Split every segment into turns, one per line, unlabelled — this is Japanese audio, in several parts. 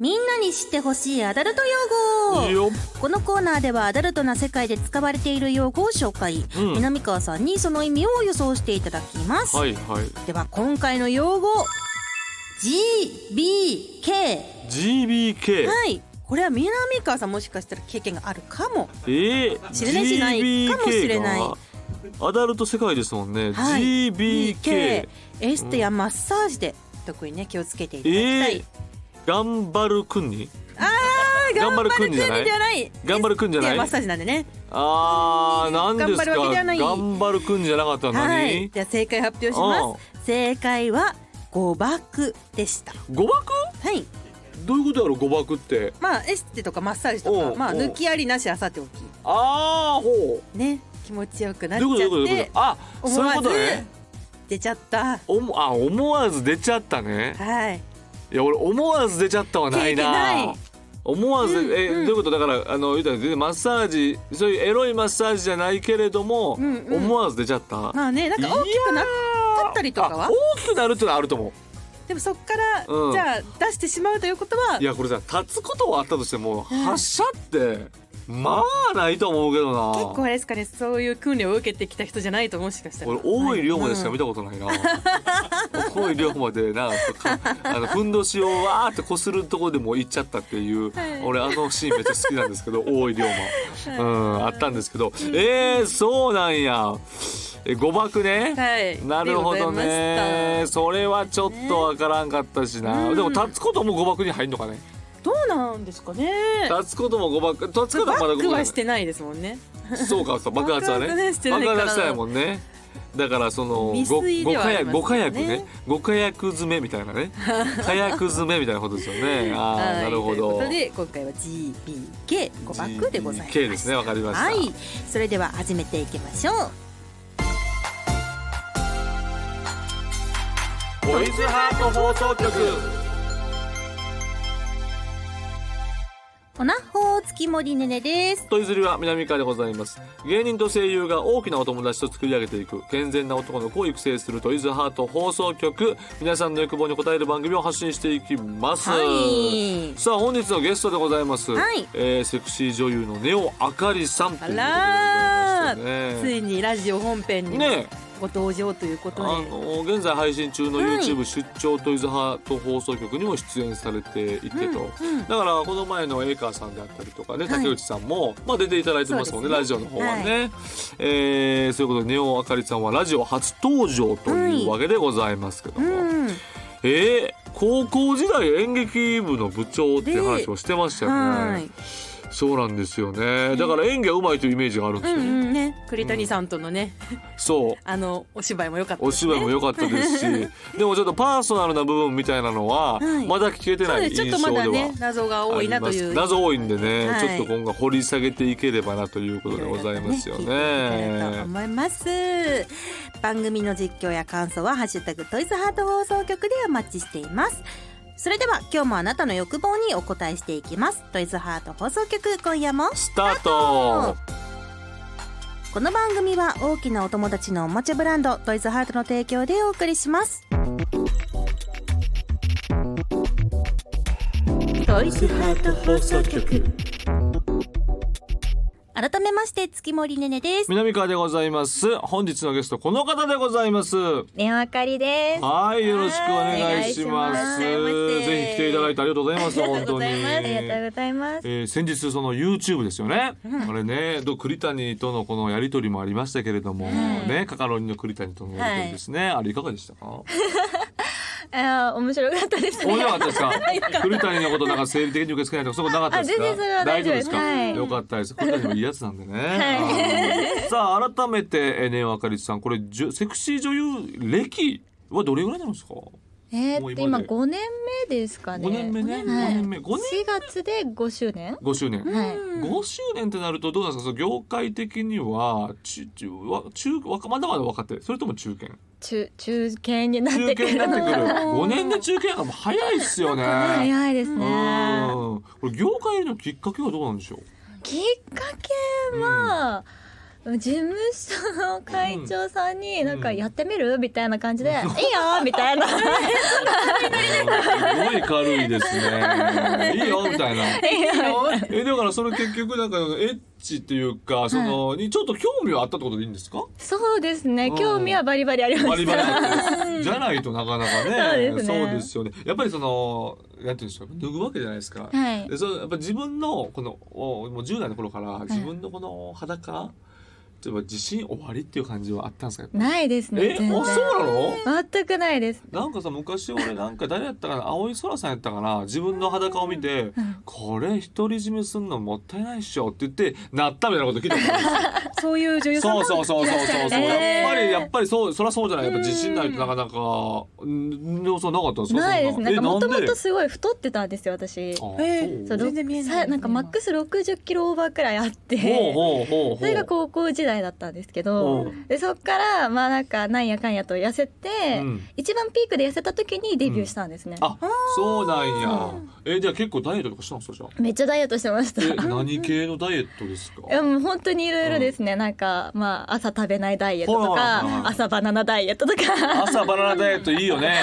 みんなに知ってほしいアダルト用語
よっ
このコーナーではアダルトな世界で使われている用語を紹介、
うん
南川さんにその意味を予想していただきます、
はいはい
では今回の用語 GBK
GBK
はいこれは南川さんもしかしたら経験があるかも
えー、
知らないしないかもしれない
GBK がアダルト世界ですもんね、
はい
GBK
エステやマッサージで特にね気をつけていただきたい、
え頑張る君に
あー頑張る国
頑張る国
じ
じ
ゃ
ゃ
な
ないい
じゃない
頑張る君じゃ
エステ
な
や
い
マッサージなんでね
あーなんですか
頑張るわけではない
頑張る君じゃなかったの
は
何
いじゃあ正解発表しま
うん
す正解は誤爆でした
誤爆
はい
どういうことやろ誤爆って
まあエステとかマッサージとか
おう
まあ
おう
抜きありなしあさっておき
ああほう
ね気持ちよくなっち
どういう
ゃっ
ことどういうこ
て
とあ
思
そういう
わ
こと
ず
ね
出ちゃった
おもあ思わず出ちゃったね
はい
いや俺思わず出ちゃったはない
経
な
験ない
思わず、
うん
え、
うん
どういうことだからあの言うたら全然マッサージそういうエロいマッサージじゃないけれども、
うんうん
思わず出ちゃった、
まあねなんか大きくなっったりとかは
あ大きくなるってのはあると思
でもそっから、
うん
じゃあ出してしまうということは
ういやこれさ立つことはあったとしても
うん
発射ってまあないと思うけどな
結構あれですかねそういう訓練を受けてきた人じゃないともしかしたら
俺大井龍馬でしか
は
見たことないな、大井龍馬でなんかかあのふんどしをわーってこするとこでも行っちゃったっていう、
はい
俺あのシーンめっちゃ好きなんですけど大井龍馬、うん、あったんですけど、えー、そうなんやえ誤爆ね、
はい
なるほど
ありがとう
ね
ございました
それはちょっとわからんかったしな、
うん
でも立つことも誤爆に入んのかね
どうなんですかね
立つことも誤爆立つこと
バ
はまだ
ッ
誤
ク
爆
はしてないですもんね
そうかそう 爆発はね
爆発ねしてない
爆
から
発したいもんねだからその
未
ご
遂ではありますよね
ご火薬ご火薬ねご火薬詰めみたいなね火薬詰めみたいなことですよ ねあ
は
あ
い
なるほ
という
ど
ことで今回は GBK 誤爆でございます
GBK ですねわかりました
はいそれでは始めていきましょう
ボイズハート放送局
おなほ月森ねねです
といずりは南川でございます芸人と声優が大きなお友達と作り上げていく健全な男の子を育成するトイズハート放送局皆さんの欲望に応える番組を発信していきます、
はい
さあ本日のゲストでございます、
はい
えーセクシー女優のネオあかりさんということでござい
あら
ま
ーつ
すよね
いにラジオ本編にも
ねえ
ご登場というこ
あ
とで、
の現在配信中の
はい
YouTube 出張トイズハート放送局にも出演されていてと、
うん
だからこの前のエイカーさんであったりとかね
はい
竹内さんも、まあ、出ていただいてますもんね
そう
ラ
です
ジ
ね
オの方はね、えーそういうことでネオあかりさんはラジオ初登場というわけでございますけど
う
も、
ん
えー高校時代演劇部の部長って話をしてましたよね。
はい
そうなんですよね。だから演技が上手いというイメージがあるんで
う
す
ん
よね。
うんね栗谷さんとのね、
そう。
あのお芝居も良かった
お
ですね
芝居も良かったですし、でもちょっとパーソナルな部分みたいなのは
はい、
まだ聞けて
そう
ない
ですちょ
印
っと
象
ま
で
だ
はあ
ね
り
謎が多いな
ま
とい
す。
う
謎多いんでね、
はい
ちょっと今後掘り下げていければなということでございますよ
いろいろと聞いていただいたと
ね。
思います番組の実況や感想はハッシュタグトイズハート放送局でお待ちしていますそれでは今日もあなたの欲望にお答えしていきますトイズハート放送局今夜も
スタート。
この番組は大きなお友達のおもちゃブランドトイズハートの提供でお送りしますトイズハート放送局改めまして月森ねねです
南川でございます。本日のゲストこの方でございます。
ねおあかりです。
はい、よろしくお願いします。
はいお願いします
ぜひ来ていただいてありがとうございま す。本当に。
ありがとうございます。
えー先日その YouTube ですよね、あれねど栗谷とのこのやり取りもありましたけれども、ねカカロニの栗谷とのやり取りですね、あれいかがでしたか
ああ、面白かった です
面
ね
白。かったですか栗谷のことなんか生理的に受け付けないとかそういうことなかったですか
あ全然それは大丈夫です
か、
はい
よかったです栗谷もいいやつなんでね、はい、さあ改めてえーねえわかりさんこれじゅセクシー女優歴はどれぐらいなんですか
え
もう
ーっと
今
今
で
5年目ですかね。
5年目ね5
はい
年目5
4
年
月で5周年。
5周年、
はい。
5周年ってなるとどうなんですかその業界的には中中わ中若まだまだ若手それとも中 堅
中中堅になっ
中
て
堅
く
にな
るの
ってくる
が。
5年で中堅なんかもう早いっすよね
早いです
う
ね。
んこれ業界のきっかけはどうなんでしょう
きっかけは。事務所の会長さんになんか
うん
やってみるみたいな感じで「いいよ!」み たいな
す
「
ごい軽いですね。いい よみたいな。
いいよ
えだからそれ結局なんかエッチっていうかその、にちょっと興味はあったってことでいいんですか？
そうですね
うん
興味はバリバリありま
バ
し
リ
た
バリなんてじゃないとなかなかね。
そうですね
ですよね。やっぱりそのなんていうんですか脱ぐわけじゃないですか。
はい
でそのやっぱ自分のこのおもう10代の頃から自分のこの裸、例えば自信終わりっていう感じはあったんですか？
ないですね
え、あそう
全然
なの？
全くないです
なんかさ昔俺なんか誰やったかな青井空さんやったかな自分の裸を見て
うん
「これ独り占めすんのもったいないっしょ」って言ってなったみたいなこと聞いたことあるんですよ
そういう女優さん
そうそうそうそうそうそう
えー
やっぱりやっぱりそうそりゃそうじゃないやっぱ自信ないとなかなかうんでもそうなかったんですか
ないです
そん
なんかもと
え
も
なんで
とすごい太ってたんですよ
あ
私
え
そ
そうう
全然見えない
さなんかマックス60キロオーバーくらいあっ
ほう
て
ほうほうほう
それが高校時代だったんですけど
うん
でそっからまあなんかなんやかんやと痩せて、
うん
一番ピークで痩せた時にデビューしたんですね、
あそうなんや
う
えじゃあ結構ダイエットとかしたんですかじゃあ
めっちゃダイエットしてました
え何系のダイエットですか
いやもう本当にいろいろですね、なんかまあ朝食べないダイエットと
ほうほうほう
か朝バナナダイエットとか
朝バナナダイエットいいよね。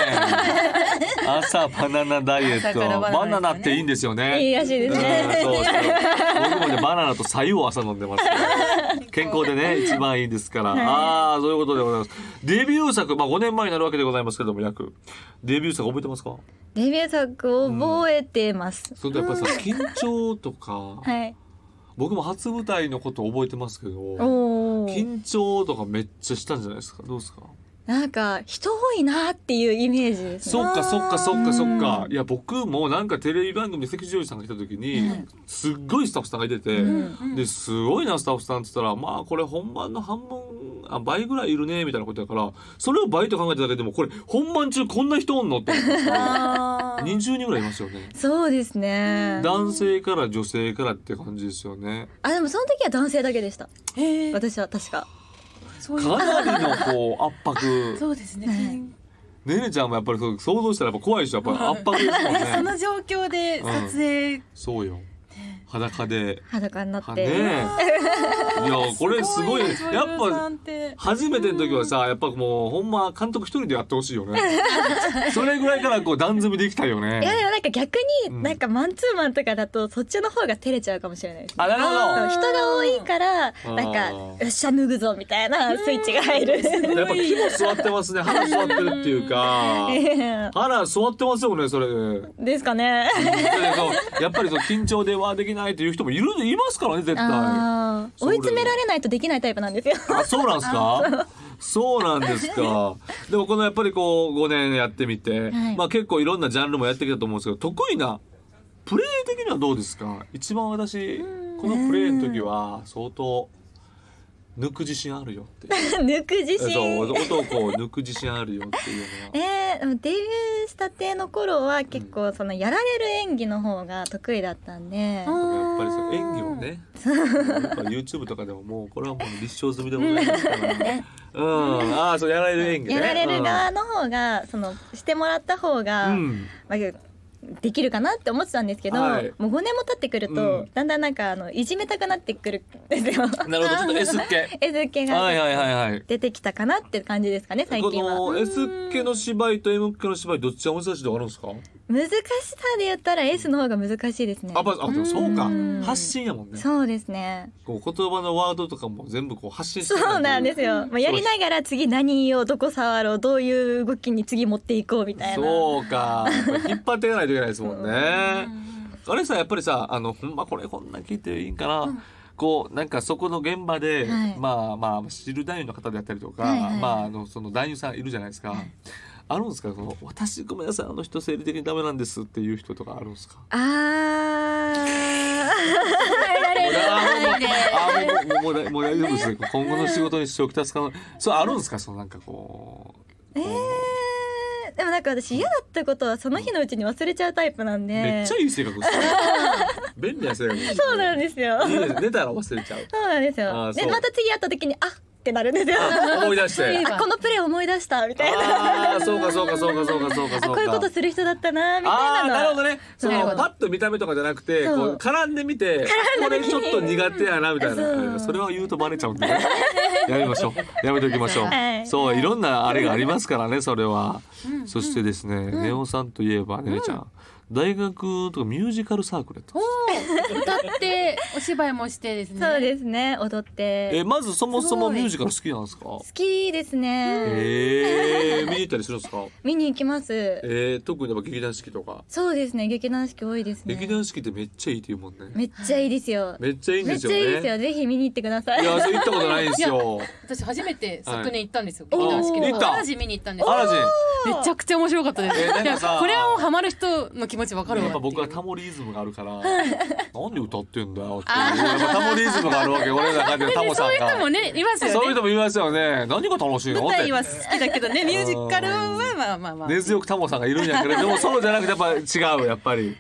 朝バナナダイエット。
朝から
バ
バ
ナ
ナナですね
ナっていいんですよね。
いいらしいですね
うんそうそう僕もねバナナと白湯を朝飲んでますから。健康でね一番いいですから。ああそういうことでございます。デビュー作まあ5年前になるわけでございますけども約デビュー作覚えてますか？
デビュー作を覚えてます、
それとやっぱりさ緊張とか
はい
僕も初舞台のこと覚えてますけど。
おー
緊張とかめっちゃしたんじゃないですか。どうですか？
なんか人多いなっていうイメージですね
そっかそっかそっかそっか
う
いや僕もなんかテレビ番組で関ジョージさんが来た時に、
はい
すっごいスタッフさんがいてて、
うん
ですごいなスタッフさんって言ったらまあこれ本番の半分あ倍ぐらいいるねみたいなことやからそれを倍と考えてただけでもこれ本番中こんな人おんのって思って
あー
20人ぐらいいますよね
そうですね
男性から女性からって感じですよね
あでもその時は男性だけでした
へー
私は確か
そういう
かなりのこう圧 迫
そうですね、
はい
ねねちゃんもやっぱりそう想像したらやっぱ怖いでしょやっぱり圧迫ですもん
そ
ね
の状況で撮影、
そうよ裸で
裸にな
は
っ
ね
て、
えいやこれすごいね
すごい
や
な
っ
女優さ
ぱ
んて
初めての時はさやっぱもうほんま監督一人でやってほしい よねそれぐらいからこう段積みできたよ
いやで
ね
もなんか逆
うん
になんかマンツーマンとかだとそっちの方が照れちゃうかもしれないですね
あなるほ
そう人が多いから
ー
なんかよっしゃ脱ぐぞみたいなスイッチが入る
どやっぱ木も座ってますね腹座ってるっていう か腹座ってますよねそれで
ですかね
そうやっぱりそう緊張ではできないという人もいるいますからね絶対あ
あー
それ
追い詰められないとできないタイプなんで すよ
そうなんです かそうなんですかでもこのやっぱりこう5年やってみて、
はい
まあ結構いろんなジャンルもやってきたと思うんですけど得意なプレイ的にはどうですか一番私このプレイの時は相当抜く自信あるよっていう
抜く自
そう
信
音をこう抜く自信あるよっていうのは。
えー、でもデビューしたての頃は結構そのやられる演技の方が得意だったんで
うん
やっぱりそう演技をね、やっぱ YouTube とかでももうこれはもう立証済みでございます からね。うん、ああそうやられる演技ね。
やられる側の方がそのしてもらった方が、
うん。
まあ、できるかなって思ってたんですけど、
はい
もう5年も経ってくると、
うん
だんだんなんかあのいじめたくなってくるんですよ。
な るほどちょっと S 系。
S 系
はい
が
はいはいはい。
出てきたかなって感じですかね最
こ
近は。
の S 系の芝居と M 系の芝居どっちが難しいとかあるんですか？
難しさで言ったら S の方が難しいですね
あ、。やっぱあでもそうか
うん。
発信やもんね。
そうですね。
こう言葉のワードとかも全部こう発信して
そうなんです
よ。
よ。まあ、やりながら次何言おうどこ触ろうどういう動きに次持っていこうみたいな。
そうか。やっぱ引っ張っていかないといけないですも んね。あれさやっぱりさあのほんまこれこんなん聞いていいんかな、こうなんかそこの現場で、
はい
まあまあ知る男優の方であったりとか、
はいはい
まああのその男優さんいるじゃないですか、あるんですかその私ごめんなさいあの人生理的にダメなんですっていう人とかあるんですか
あー。
あもうもうもうもう大丈夫ですね今後の仕事に支障をきたすかのそうあるんですかそのなんかこう、
えー、でもなんか私嫌だったことはその日のうちに忘れちゃうタイプなんで
めっちゃいい性格ですね便利な性格ですね
そうなんですよ
いいですね寝たら忘れちゃう
そうなんです
あー
よ
そ
で
う
また次会った時にあってなるんですよ。
思い出し
そう
て
いう。
あこのプレー思い出したみたいな。
ああ、そうかそうかそうかそうかそうかそう
あ
か。
こういうことする人だったなみたい
ああ
な
ー
のは
なるほどねそ
なる
の
ほど
パッと見た目とかじゃなくてこ
そう
う絡んでみてこれちょっと苦手やなみたい
そ
な
う
それは言うとバレちゃうんでねやめましょうやめておきま しょう、
はい
そういろんなあれがありますから ねそれは、そしてですね、ネオさんといえばねねちゃん大学とかミュージカルサークルやってます
歌ってお芝居もしてですね
そうですね踊って
えまずそもそ
す
も
ごい
ミュージカル好きなんですか
好きですね、
えー、見に行ったりするんですか
見に行きます
えー、特にやっぱ劇団四季とか、
そうですね劇団四季多いですね
劇団四季ってめっちゃいいって言うもんね
めっちゃいいですよ
めっちゃいいん
め
で
っ
す
ち
よ
ゃ
ね
いいですよぜひ見に行ってください
いや行ったことないんですよ
私初めて昨年行ったんですよ、
い
劇団四季
おー行った
のアラジン見に行ったんです
アラジン
めちゃくちゃ面白かったです、
えーなんかさ
いやこれはもうハマる人の気持ちわかるわ
やっ
っ
てぱ
いう
僕はタモリイズムがあるからなんで歌ってんだよっていうやっぱタモリイズムがあるわけ 俺の中でタモさん
そういう人も
が
ねいますよね
そういう人もいますよね何が楽しいのっ
舞台
て
は好きだけどねミュージカルはまあまあまあ
根強くタモさんがいるんやけどでもそうじゃなくてやっぱ違うやっぱりミ
違う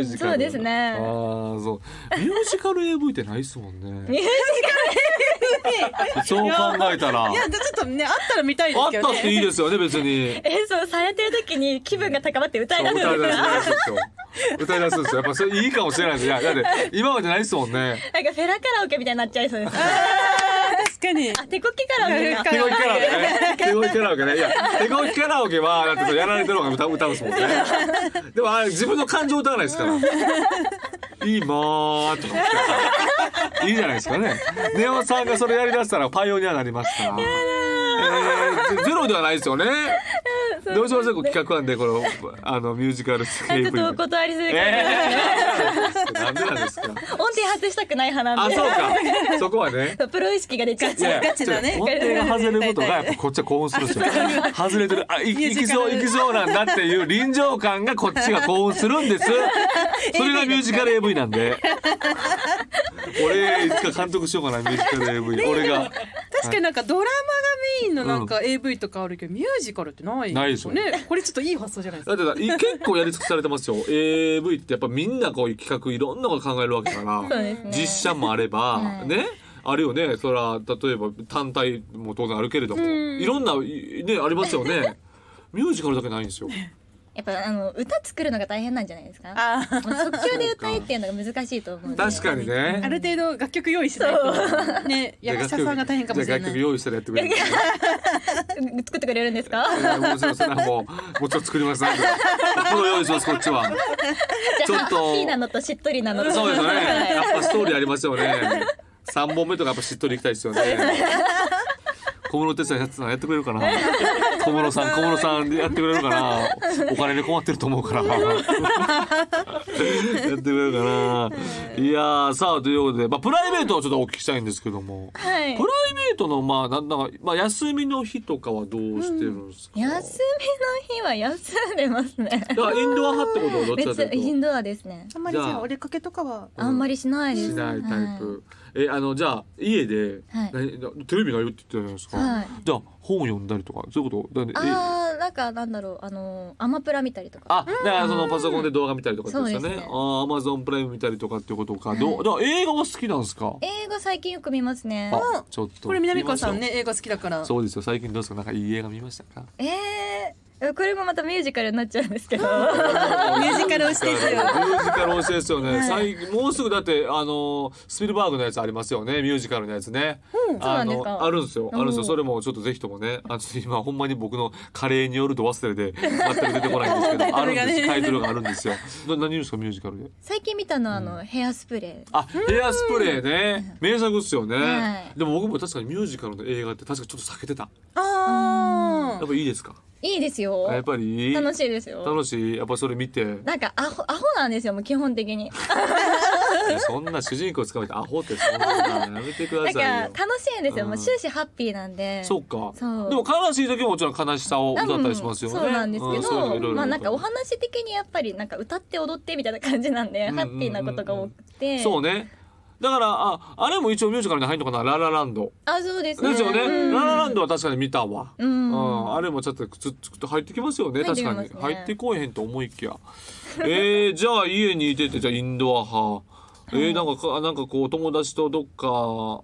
ュージカル
そうですね
ああそうミュージカル AV ってないっすもんね
ミュージ
そう考えたらあ
いやちょっとねあったら見たいです
っ
け
た
ど
って
ね
いいですよね別に
演奏されてる時に気分が高まって歌い
歌
出
い
すん
出
です
す
よ
ん
なんか
ですよ歌い出すんですよやっぱそれいいかもしれないですいやだって今までないっすもんね
フェラカラオケみたいになっちゃいそうです
確かに
あ手こきカラオケか
手こきカラオケね。手こきカラオケね。いや、手こきカラオケは、だってそれやられてる方が歌歌うんですもん ね。でもあれ、自分の感情歌わないですから。いいまーとか言って。いいじゃないですかね。ネオさんがそれやりだしたらパイオニアになりますから。えーゼロではないですよね。 どうしましょう企画案でこのあのミュージカルスケ
ちょ
ー
っ
プ。
とお断りするから、
えーなんでなんですか。
音程外したくない派な
あ、
んで
そうか。そこはね。
プロ意識が出ちゃう
いや
ガチだね
ちょっと音程が外れることがやっぱこっちは興奮するんですよ。外れてる、あ、
ミ
い
ュー
い
ジ
き
カル
そう、いきそうなんだっていう臨場感がこっちが興奮するんです。それがミュージカル AV なんで。俺、いつか監督しようかな、ミュージカル AV。俺が。
確かになんかドラマがメインのなんか AV とかあるけど、ミュージカルってない
ないですよ
ねこれちょっといい発想じゃないです
だ
か
ってさい結構やり尽くされてますよ AV ってやっぱみんなこういう企画いろんなこと考えるわけだから、
そうですね
実写もあれば、
はい
ねあるよねそら例えば単体も当然あるけれども
うん
いろんないねありますよねミュージカルだけないんですよ。
やっぱあの歌作るのが大変なんじゃないですか
あー
もう即興で歌いっていうのが難しいと思うんで
確かにね
ある程度楽曲用意しないと ね
じゃあ
役者さんが大変かもしれ
じゃあ
な
楽曲
い
用意したらやってくれる。
作ってくれるんですか
いやもうすいませんもうもうちょっと作ります。なんでプロ用意しますこっちは。ちょっと
キーなのとしっとりなのと
そうですね。やっ
はい
ぱストーリーありますよね。三本目とかやっぱしっとりいきたいですよね。小室哲哉やってたのやってくれるかな。小室さん小室さんでやってくれるかな。お金で困ってると思うから。やってくれるかな。いやーさあということでまあプライベートをちょっとお聞きしたいんですけども。プライベートのまあなんなんかまあ休みの日とかはどうしてるんですか。
休みの日は休んでますね
だからインドア派ってことはどっちかと
別イ
いう
ンドアですね
あんまりじゃあお出かけとかは
と。
あんまりしないです
しないタイ
は
プ。えあのじゃあ家で、
はい
何テレビないよって言ってたじゃないですか。
はい
じゃあ本読んだりとかそういうこと。だからねえ
あーなんかなんだろうあのアマプラ見たりとか
あ、だからそのパソコンで動画見たりとかってことですよ
そう
ね
で。すね
あ、アマゾンプライム見たりとかっていうことか。どう、だから映画は好きなんですか。
映画最近よく見ますね
あ、ちょっと。
これ南川さんね。映画好きだから
そうですよ。最近どうですか。なんかいい映画見ましたか。
えーこれもまたミュージカルになっちゃうんですけど
ミ
ュージカル推しですよ
ミュージカル推しですよね。最近もうすぐだってあのスピルバーグのやつありますよね。ミュージカルのやつね。あ
そうなんです
の
か
あるんですよ。あるんです
お
よ。
ー
それもちょっとぜひともね。あちょっと今ほんまに僕のカレーによると忘れで全く出てこないんです けど、あ
タイト
るん
ルがね
です。タイトルがあるんですよ。な何言うんですかミュージカルで。
最近見たのはあの、ヘアスプレー
あ、ヘアスプレーね。名作っすよ
は
ね。
い
でも僕も確かにミュージカルの映画って確かちょっと避けてた。
あ
やっぱいいですか。
いいですよ
やっぱりいい。
楽
楽し
しいですよ
い。やっぱそれ見 て。
なんかアホアホなんですよもう基本的に
いやそんな主人公捕まえてアホってそんなのやめてくだ
なんか
さいよ
楽。しいんですよ、
うん
もう終始ハッピーなんで
そうか。
そう
でも悲しい時ももちろん悲しさを歌ったりしますよね。
そうなんですけ
うそういうのい
ど、
ろいろ
まあなんかお話的にやっぱりなんか歌って踊ってみたいな感じなんで、
うんうんうんうん
ハッピーなことが多くて
そうね。だからああれも一応ミュージカルに入るのかなララランド。
あそうですね
ですよね。
うん
ララランドは確かに見たわ。
う、
うんん、あれもちょっとずっと入ってきますよね
入って
確か
きま
に
すね
入ってこえへんと思いきやえー、じゃあ家にいててじゃあインドア派えー、なんかかなんかこう友達とどっか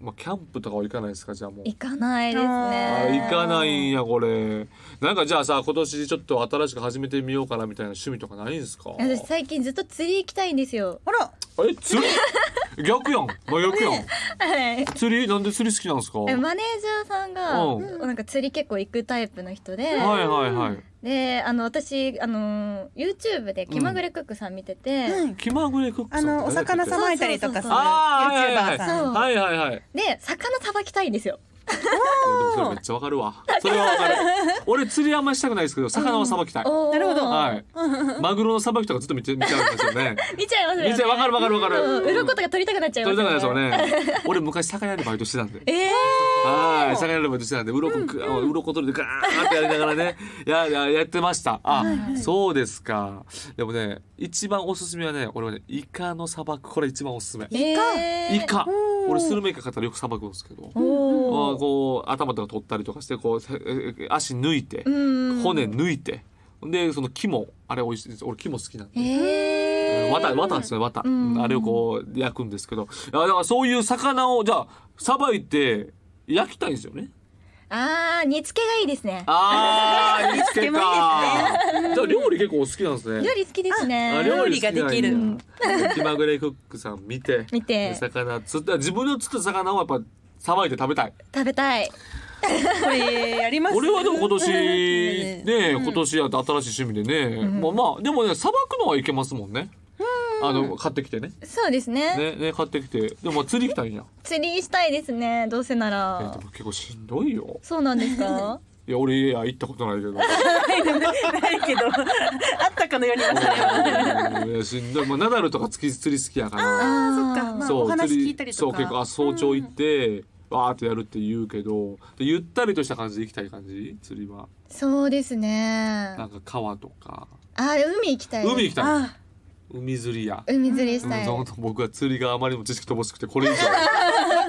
まあ、キャンプとかは行かないですかじゃあもう
行かないです
あ
ね
行かないんやこれなんかじゃあさ今年ちょっと新しく始めてみようかなみたいな趣味とかないんですか
私最近ずっと釣り行きたいんですよ
あら
え釣り逆やん真逆やん
はい
釣りなんで釣り好きなんですかは
え
い
マネージャーさんが
う
なんか釣り結構行くタイプの人で、
はいはい
であの私あの YouTube で気まぐれクックさん見てて、
うん
気まぐれクック
あ
さん
のお魚さばいたりとかするユ
あーはい
ーチュー
は
バー
いい
さん。
はいはいはいで
で魚さばきたいんですよ
もそれめっちゃわかるわそれは わかる俺釣りあんまりしたくないですけど魚はさばきたい、
な
なるほど
はいマグロのさばきとかずっと見て見ちゃうんですよ ね
見ちゃいますよね
見ちゃうわかるわかるわかる
うん鱗とか取りたくなっちゃいま
取り
す
たくないですよね俺昔魚屋でバイトしてたんで
え
はい、魚屋のバイトしてたんで、うろこ、うろこ取りでガーってやりながらね、 や、や、やってました。あ、そうですか。でもね、一番おすすめはね、俺はね、イカの砂漠、これ一番おすすめ。
ー、えー
イカ
おー
俺スルメイカ買ったらよくさばくんですけど、
お
あ
ー
こう頭とか取ったりとかしてこう せえ足抜いて、
うん
骨抜いてでその肝あれ美味しいです俺肝好きなんで、
えー、
綿綿ですね綿、
ん
うんあれをこう焼くんですけどいやだからそういう魚をじゃあさばいて焼きたいんですよね
あー煮付けがいいですね
あー、煮つけ
もい
か。じゃあ料理結構お好きなんですね
料。理好きです
あ
ね
料理ができ
料理
る
好きなんや気まぐれクックさん見て、
見て
魚釣った自分の釣った魚をやっぱさばいて食べたい。
食べたい
これやります
俺はでも今 年
ね
ね、今年やって新しい趣味でね、まあまあでもねさばくのはいけますもんね。あの買ってきてね、
そうですね
ねね買ってきて、でも釣り行きたいんや。
釣りしたいですねどうせな
え
ら
でも結構しんどいよ。
そうなんですか
いや俺いや行ったことないけど。
ないけどあったかのように忘れは
うんいやしんどい。まあナダルとか釣り釣り好きやから。
あーそっ
あ
か、
ー
まあ、
そう
お話
釣り
聞いたりとか
そう結構あ早朝行って、わーってやるって言うけどでゆったりとした感じで行きたい感じ釣りは
そうですね
なんか川とか
あー海行きたい
海行きたい
あ
海釣りや、
海釣りし
うん
たい、
そう僕は釣りがあまりにも知識乏しくてこれ以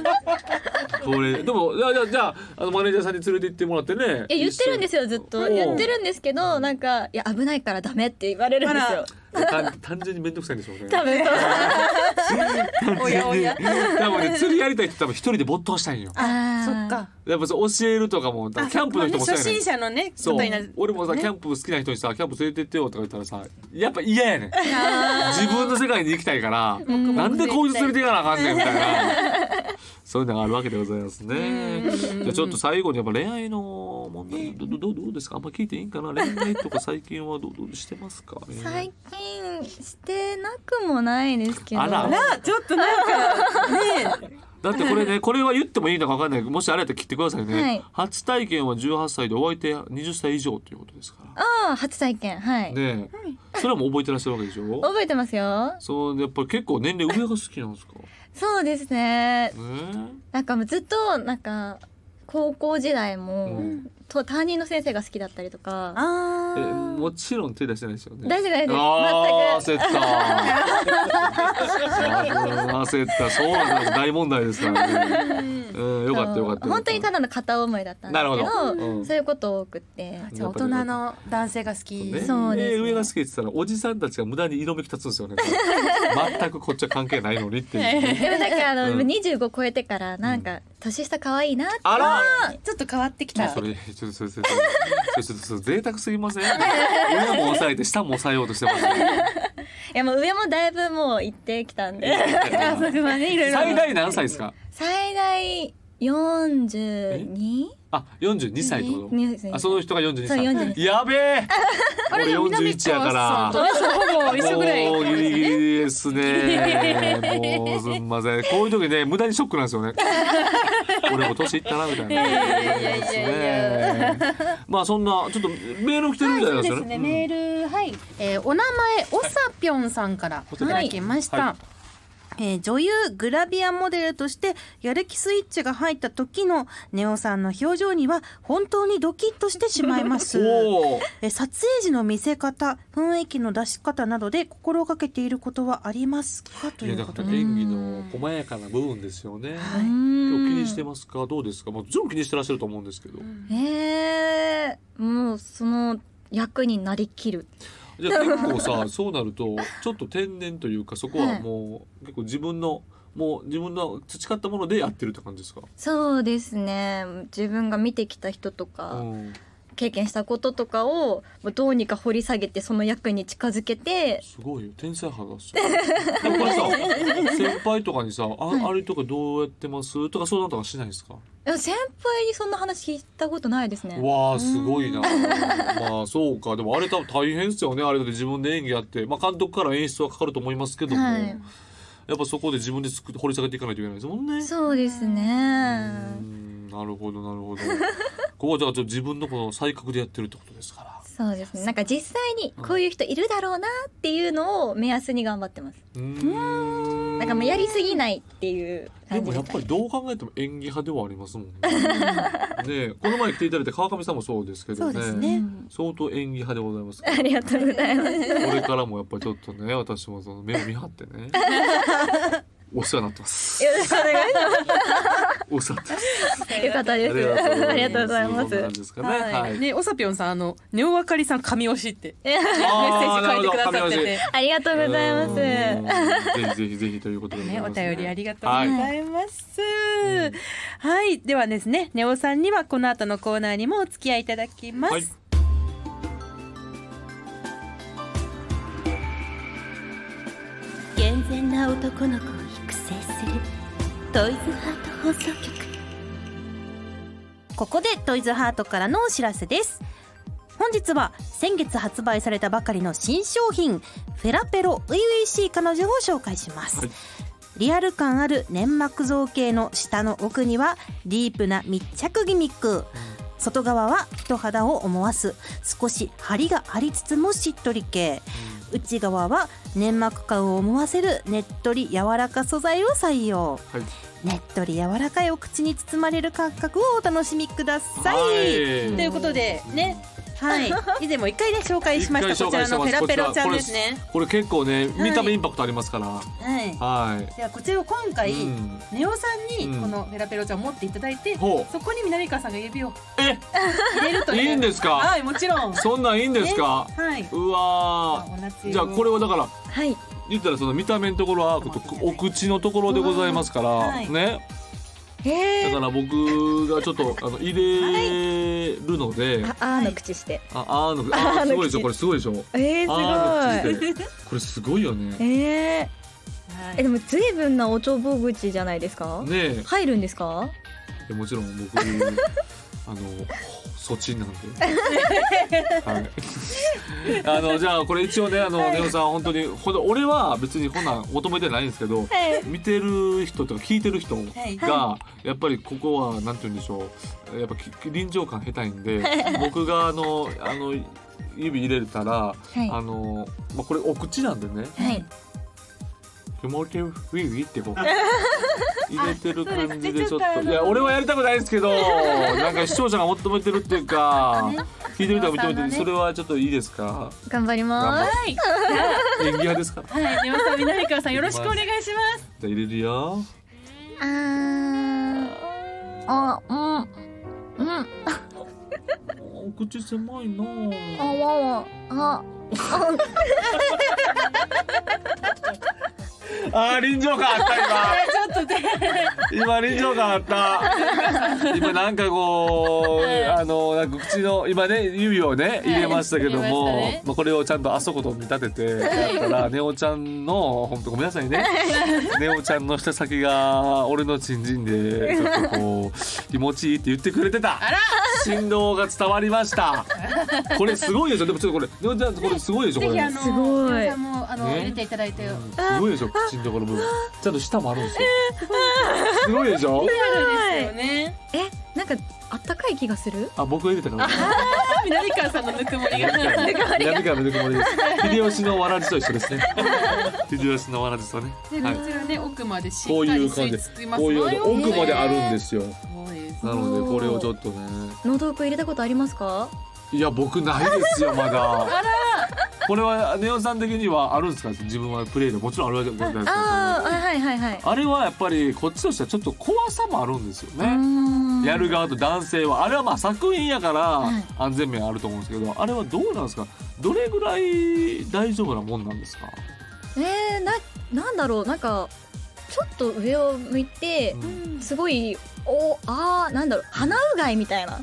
上これでもじゃあじゃあじゃああのマネージャーさんに連れて行ってもらってね
え言ってるんですよずっ
お
と
う
言ってるんですけどなんかいや危ないからダメって言われるんですよ
一緒に単単純に面倒くさいんでしょうね
多分そう
単
おやお
純に
や
多分ね釣りやりたい人多分一人で没頭したいんよ
あ
そっ
ー
か
やっぱ そう教えるとかもだからキャンプの人も
ま
そ
あ
うや
ね初
ねん
心者のね
そう
方にな
俺もさ、
ね
キャンプ好きな人にさキャンプ連れてってよとか言ったらさやっぱ嫌やねん自分の世界に生きたいから
ん
なんでこいつ連れていかなあかんねんみた いなそういうのがあるわけでございますね
うん
じゃあちょっと最後にやっぱ恋愛の問題どどどどうですかあんま聞いていいんかな恋愛とか最近はどうどうしてますか
最近してなくもないですけど
あら
あらちょっとなんかね
だってこれねこれは言ってもいいのか分かんないけどもしあれやったら切ってくださいね、
はい
初体験は18歳でお相手20歳以上ということですから
ああ初体験はい、
ねえそれはもう覚えてらっしゃるわけでしょ
覚えてますよ
そうやっぱり結構年齢上が好きなんですか。ね
そうですね
え
なんかもうずっとなんか高校時代も、
うん
と担任の先生が好きだったりとか
あ
え
ー
もちろん手出してないですよね。
大丈夫大丈
あ
夫
あ焦った。焦った。そうなんです。大問題ですからね。うんよ
全く
かったよかった。
本当にただの片思いだったんです
な
け
るほ
ど
どうん
そういうこと多 くって
じゃあ大人の男性が好き、
ね
そうですね
上が好きって言ったらおじさんたちが無駄に色めき立つんですよね。全くこっちは関係ないのにっていう。
でもなんかあの、
うん
25超えてからなんか年下可愛いなって
あら。
ちょっと変わってき
ちょ
た
っとそれちょっとそれそれそれちょっとそれ贅沢すぎません。上も抑えて下も抑えようとしてますね。
いやもう上もだいぶもう行ってきたんで
あそこはねいろいろ
最大何歳ですか。
最大 42?
あ、四十二歳ってこと。
42歳
あ、その人が四十二
そう
歳
42。歳
やべえ。俺四十
南
一やか
川
ら。
さんとねほぼ一緒ぐらい
もうギリギリですね。もうすんません。こういう時ね、無駄にショックなんですよね。俺も年いったなみたいな。ですね。まあそんなちょっとメール来てるみたいなんですよね。うん
メールはい、えーお名前おさぴょんさんからいただきました、
は
えー女優グラビアモデルとしてやる気スイッチが入った時のネオさんの表情には本当にドキッとしてしまいます
おお。
えー撮影時の見せ方雰囲気の出し方などで心がけていることはありますかと
い
い
や
う
だ
こ
か
と
ら
で
演技の細やかな部分ですよね。
い
お気にしてますか。どうですか。もちろん気にしてらっしゃると思うんですけど。
えー、もうその役になりきる
じゃあ結構さそうなるとちょっと天然というかそこはもう結構自分のもう自分の培ったものでやってるって感じですか、
そうですね自分が見てきた人とか、
うん
経験したこととかをどうにか掘り下げてその役に近づけて
すごいよ天才派がすごいでもこれさ 先輩とかにさあ,、あれとかどうやってますとか相談とかしないんですか
いや先輩にそんな話聞いたことないですね。
わあすごいなまあそうかでもあれ多分大変ですよねあれだって自分で演技やって、まあ、監督から演出はかかると思いますけども、
はい
やっぱそこで自分で作って掘り下げていかないといけないですもんね。
そうです
う
ね。
んなるほどなる ほどここはじゃあちょっと自分のこの才覚でやってるってことですから。
そうですね。なんか実際にこういう人いるだろうなっていうのを目安に頑張ってます。
うーん
なんかもうやりすぎないっていう
で
感じ
もや
で
っ
す
ぱりどう考えても演技派ではありますもん ね。ねえこの前来ていただいた川上さんもそうですけどね。
そうですね
相当演技派でございますけど。
ありがとうございます。
これからもやっぱりちょっとね、私もその目を見張って ね。お世話になってます。
よろしくお願いしま
お世話になって
す。よかったです。
ます。
ありがとうございま
そんな
す
感。じですかね。
はい
はい。
ね、おさぴょんさん、あの、ネオあかりさん、神推しって、
あ
メッ
ー
セージ書いてくださっ
な
て
るほど
て。
ありがとうございます。
うんぜひぜひぜひということでござい
ね、
ま
お
す
便りありがとうございます。はい、ではですね、ネオさんにはこの後のコーナーにもお付き合いいただきます。
はい
健全な男の子を育成するトイズハート放送局
ここでトイズハートからのお知らせです本日は先月発売されたばかりの新商品フェラペロ初々しい彼女を紹介します、
はい
リアル感ある粘膜造形の下の奥にはディープな密着ギミック外側は人肌を思わす少し張りがありつつもしっとり系内側は粘膜感を思わせるねっとり柔らか素材を採用
はい。
ねっとり柔らかいお口に包まれる感覚をお楽しみください。
はい
ということで、ね、はい、 以前も一回ね、紹介しました、
一回紹介
こちら
して
の
ま
ペ
す
ラペロちゃんですね。
これ結構ね、見た目インパクトありますから。
はい。
はい。
では、こちらを今回、
うん
ネオさん
うん
に、このペラペロちゃんを持っていただいて、
ほう
そこに南川さんが指を
え
入れるという。
いいんですか。
はい、も ちろん。
そんなんいいんですか。
はい。
うわー。じゃあこれ
れ
はだから
はい。
言ったらその見た目のところはことお口のところでございますから、
はい
ね
へ
だ
え。
から僕がちょっとあの入れるので、
あ、あーの口して。
ああーのあーすごいでしょこれすごいでしょ
え
あー
ー、す
の口でこれすごいよね
ごい。えー、え、でも随分なおちょぼ口じゃないですか。
ね
入るんですか。
えもちろん僕あのそっち なんで、はい、 あのじゃあこれ一応ねあの、ネオさん本当にほんと俺は別にこんなん求めてないんですけど
はい。
見てる人とか聞いてる人
はい
がやっぱりここはなんて言うんでしょうやっぱき臨場感下手いんで僕があのあの指入れたら
はい
あの、まあ、これお口なんでね
はい。
気持ちウィウィ ってこう入れてる感じでちょっ
あ
と
そうですねちょっとあ
い
の
や俺はやりたくないですけ どなんか視聴者が求めてるっていうか聞いてる人が認めてるそれはちょっといいですか
頑張り
頑張
ま
っ
す。
はい。
て演技派ですからじゃ
はい、ネオさん、南川さん、よろしくお願いし ます。
あ入れるよ
あー。あ、うん。うん。
お口狭いな
あわわ。あ。
あー臨場感あった今今臨場感あ った今なんかこうあのなんか口の今ね指をね入れましたけども、
入れま
ま
したね
あこれをちゃんとあそこと見立ててやったらネオちゃんの本当ごめんなさ いねネオちゃんの舌先が俺のチンチンでちょっとこう気持ちいいって言ってくれてた振動が伝わりましたこれすごいでしょでもちょっとこれネオちゃんこれすごいでしょこ
ぜ
れ
ひ、あの、
すごい
ネオさんも、あの、
ね
入れていただいて。
すごいでしょ口のところ部分ちゃんと舌もあるんで すよすごいでしょ
そうですよね。
え、なんか、あったかい気がする。
あ僕が入れたから
南川さんのぬくもりが。
南川南川のぬくもりです秀吉のわらじと一緒ですね秀吉のわらじとね
で
はい
こちらね奥までし
こ
っ
う
か
い
り
う
吸
感
い
じ
付きます
こういう
ね
の奥まであるんですよ
そうです
なのでこれをちょっとね
のどく入れたことありますか。
いや僕ないですよまだこれはネオさん的にはあるんですか自分はプレイでもちろんあるわけじゃないですか
あーあ、はいはいはい。
あれはやっぱりこっちとしてはちょっと怖さもあるんですよね、
うん
やる側と男性はあれはまあ作品やから
はい
安全面あると思うんですけどあれはどうなんですかどれぐらい大丈夫なもんなんですか、
えー、ななんだろうなんかちょっと上を向いて
う、ん
すごいおあーなんだろう鼻うがいみたいな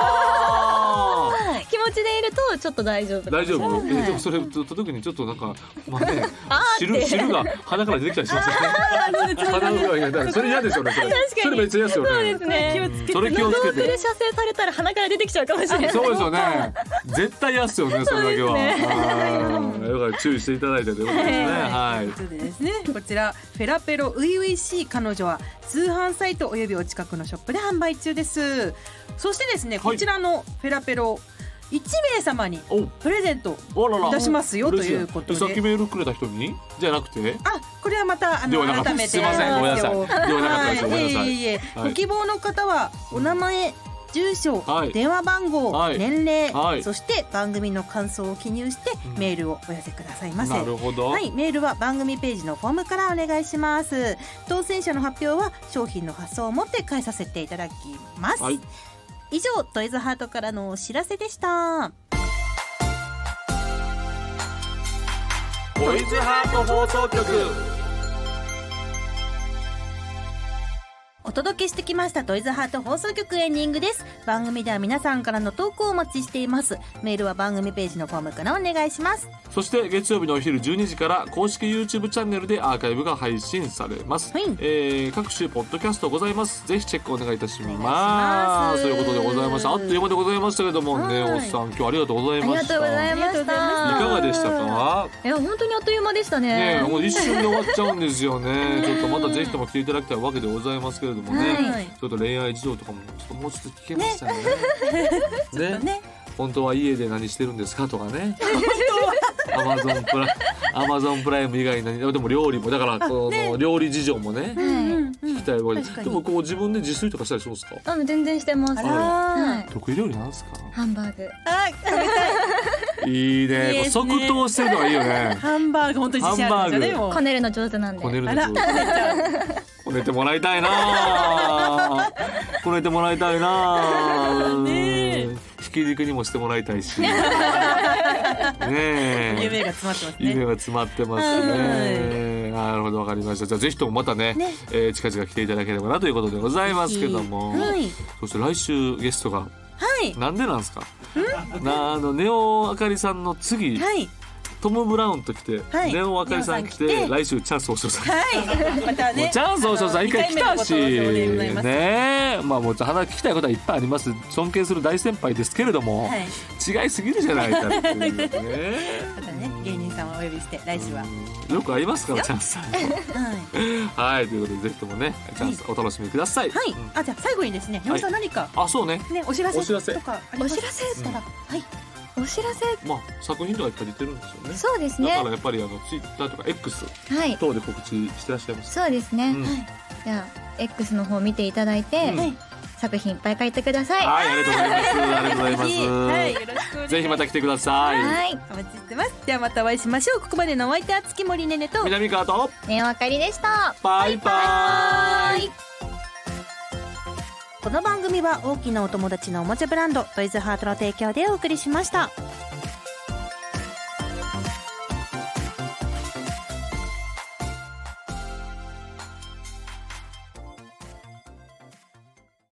あ あ
気持ちでいるとちょっと大丈夫かも
大
しれ
丈
ない
夫、え
はい
でもそれと時にちょっとなんか、まあね、
ーっ
汁
て
汁が鼻から出てきたりしますよね鼻ぐらいがだからそれ嫌ですよねそれ
確かに
それめっちゃ嫌ですよね
そうですね
うんそれ気をつけ
喉を
て
で射精されたら鼻から出てきちゃうかもしれない
そうですよね。絶対嫌っすよね、それだけは。うんだから注意していただいてということですね。はい。
ということでですね、こちらフェラペロウイウイシー彼女は通販サイトおよびお近くのショップで販売中ですそしてですね、こちらのフェラペロ1名様に
お、
プレゼント
あらら。
出しますよと
嬉し
いうこと
さっき
で
メールくれた人にじゃなくて。
あこれはまたあ
で
の
はなかった
改めて
すいませんごめんなさい
お知らせを
ではなかったですごめんなさい
はいえいえいえ
はい
ご希望の方はお名前住所、
はい
電話番号、
はい
年齢、
はい
そして番組の感想を記入して
うん
メールをお寄せくださいませ、
なるほど。
はい、メールは番組ページのフォームからお願いします。当選者の発表は商品の発送をもって返させていただきます。
はい
以上、トイズハートからのお知らせでした。
トイズハート放送局。
お届けしてきましたトイズハート放送局エンディングです。番組では皆さんからの投稿をお待ちしています。メールは番組ページのフォームからお願いします。
そして月曜日のお昼12時から公式 YouTube チャンネルでアーカイブが配信されます。
はい
えー各種ポッドキャストございます。ぜひチェックお願いいたします。
お願いします
ということでございました。あっという間でございましたけどもね、
はい
おっさん今日ありがとうござい
あり
ま
が
し
と
た。
うございました
いかがでしたか
いや本当にあっという間でした
ねえ
ね
もう一瞬で終わっちゃうんですよねちょっとまたぜひとも来ていただきたいわけでございますけれどもね、
はい
ちょっと恋愛事情とかもちょっともうちょっと聞けましたよねね
ね
本当は家で何してるんですかとかね アマゾンプラアマゾンプライム以外に何でも料理もだからその料理事情もね
はい
聞きたいわけ
確か
で
に
でもこう自分で自炊とかしたりするんですか
あ全然してます
あ
ら
は
ら
い
得意料理なんですか
ハンバーグ
いいね
いいですね
こう即答してるのはいいよね
ハンバーグ本当に自信あるんですよね。
ハ
もう
こねるの上手なんで
こねるの
あ
上
ら、
手
ち
こねてもらいたいな あ。こねてもらいたいなあ。
ねえ
ひき肉にもしてもらいたい し。ねえ
ゃ ん。夢が詰まってます
夢
ね。
が詰まってますね。なるほどわかりました。じゃあぜひともまたね、
ね
えー近々来ていただければなということでございますけども、
はい。
そして来週ゲストが
はい。
なんでなんですか。なあのネオあかりさんの次、
はい。
トムブラウンと来て、
はい
ネオあかりさん来て
ネオさん来て
来週チャンスおしさん。
はい。また
も
ね
う。チャンス大城さん一回来たし
二回目のご登場でございます
ねえまあもう話聞きたいことはいっぱいあります尊敬する大先輩ですけれども、
はい。
違いすぎるじゃないかっていう ね
またね、芸人さんをお呼びして、来週は。
うんよくありますからチャンス
はい。
はいということでぜひともねチャンスお楽しみください、
はい
うん、
あ、じゃあ最後にですね、山本さん何か、
あそうね
ね、お知ら
お知らせ
せとかあります
お知らせ
したら、はい、
お知らせ
まあ作品とかいっぱい出てるんですよね
そうです
だ
ね
からやっぱりあのツイッターとか X
はい
等で告知してらっしゃいます
そうですね、
うん
じゃあ X の方見ていただいて、
うん
作品いっぱい書いてください
はいありがとうございますありがとうございます、
はい、よろしくお願いします。
ぜひまた来てください、
はい
お待ちしてます。ではまたお会いしましょう。ここまでのお相手は月森ねねと。
南川と
ねおあかりでした
バイバイ
この番組は大きなお友達のおもちゃブランドトイズハートの提供でお送りしました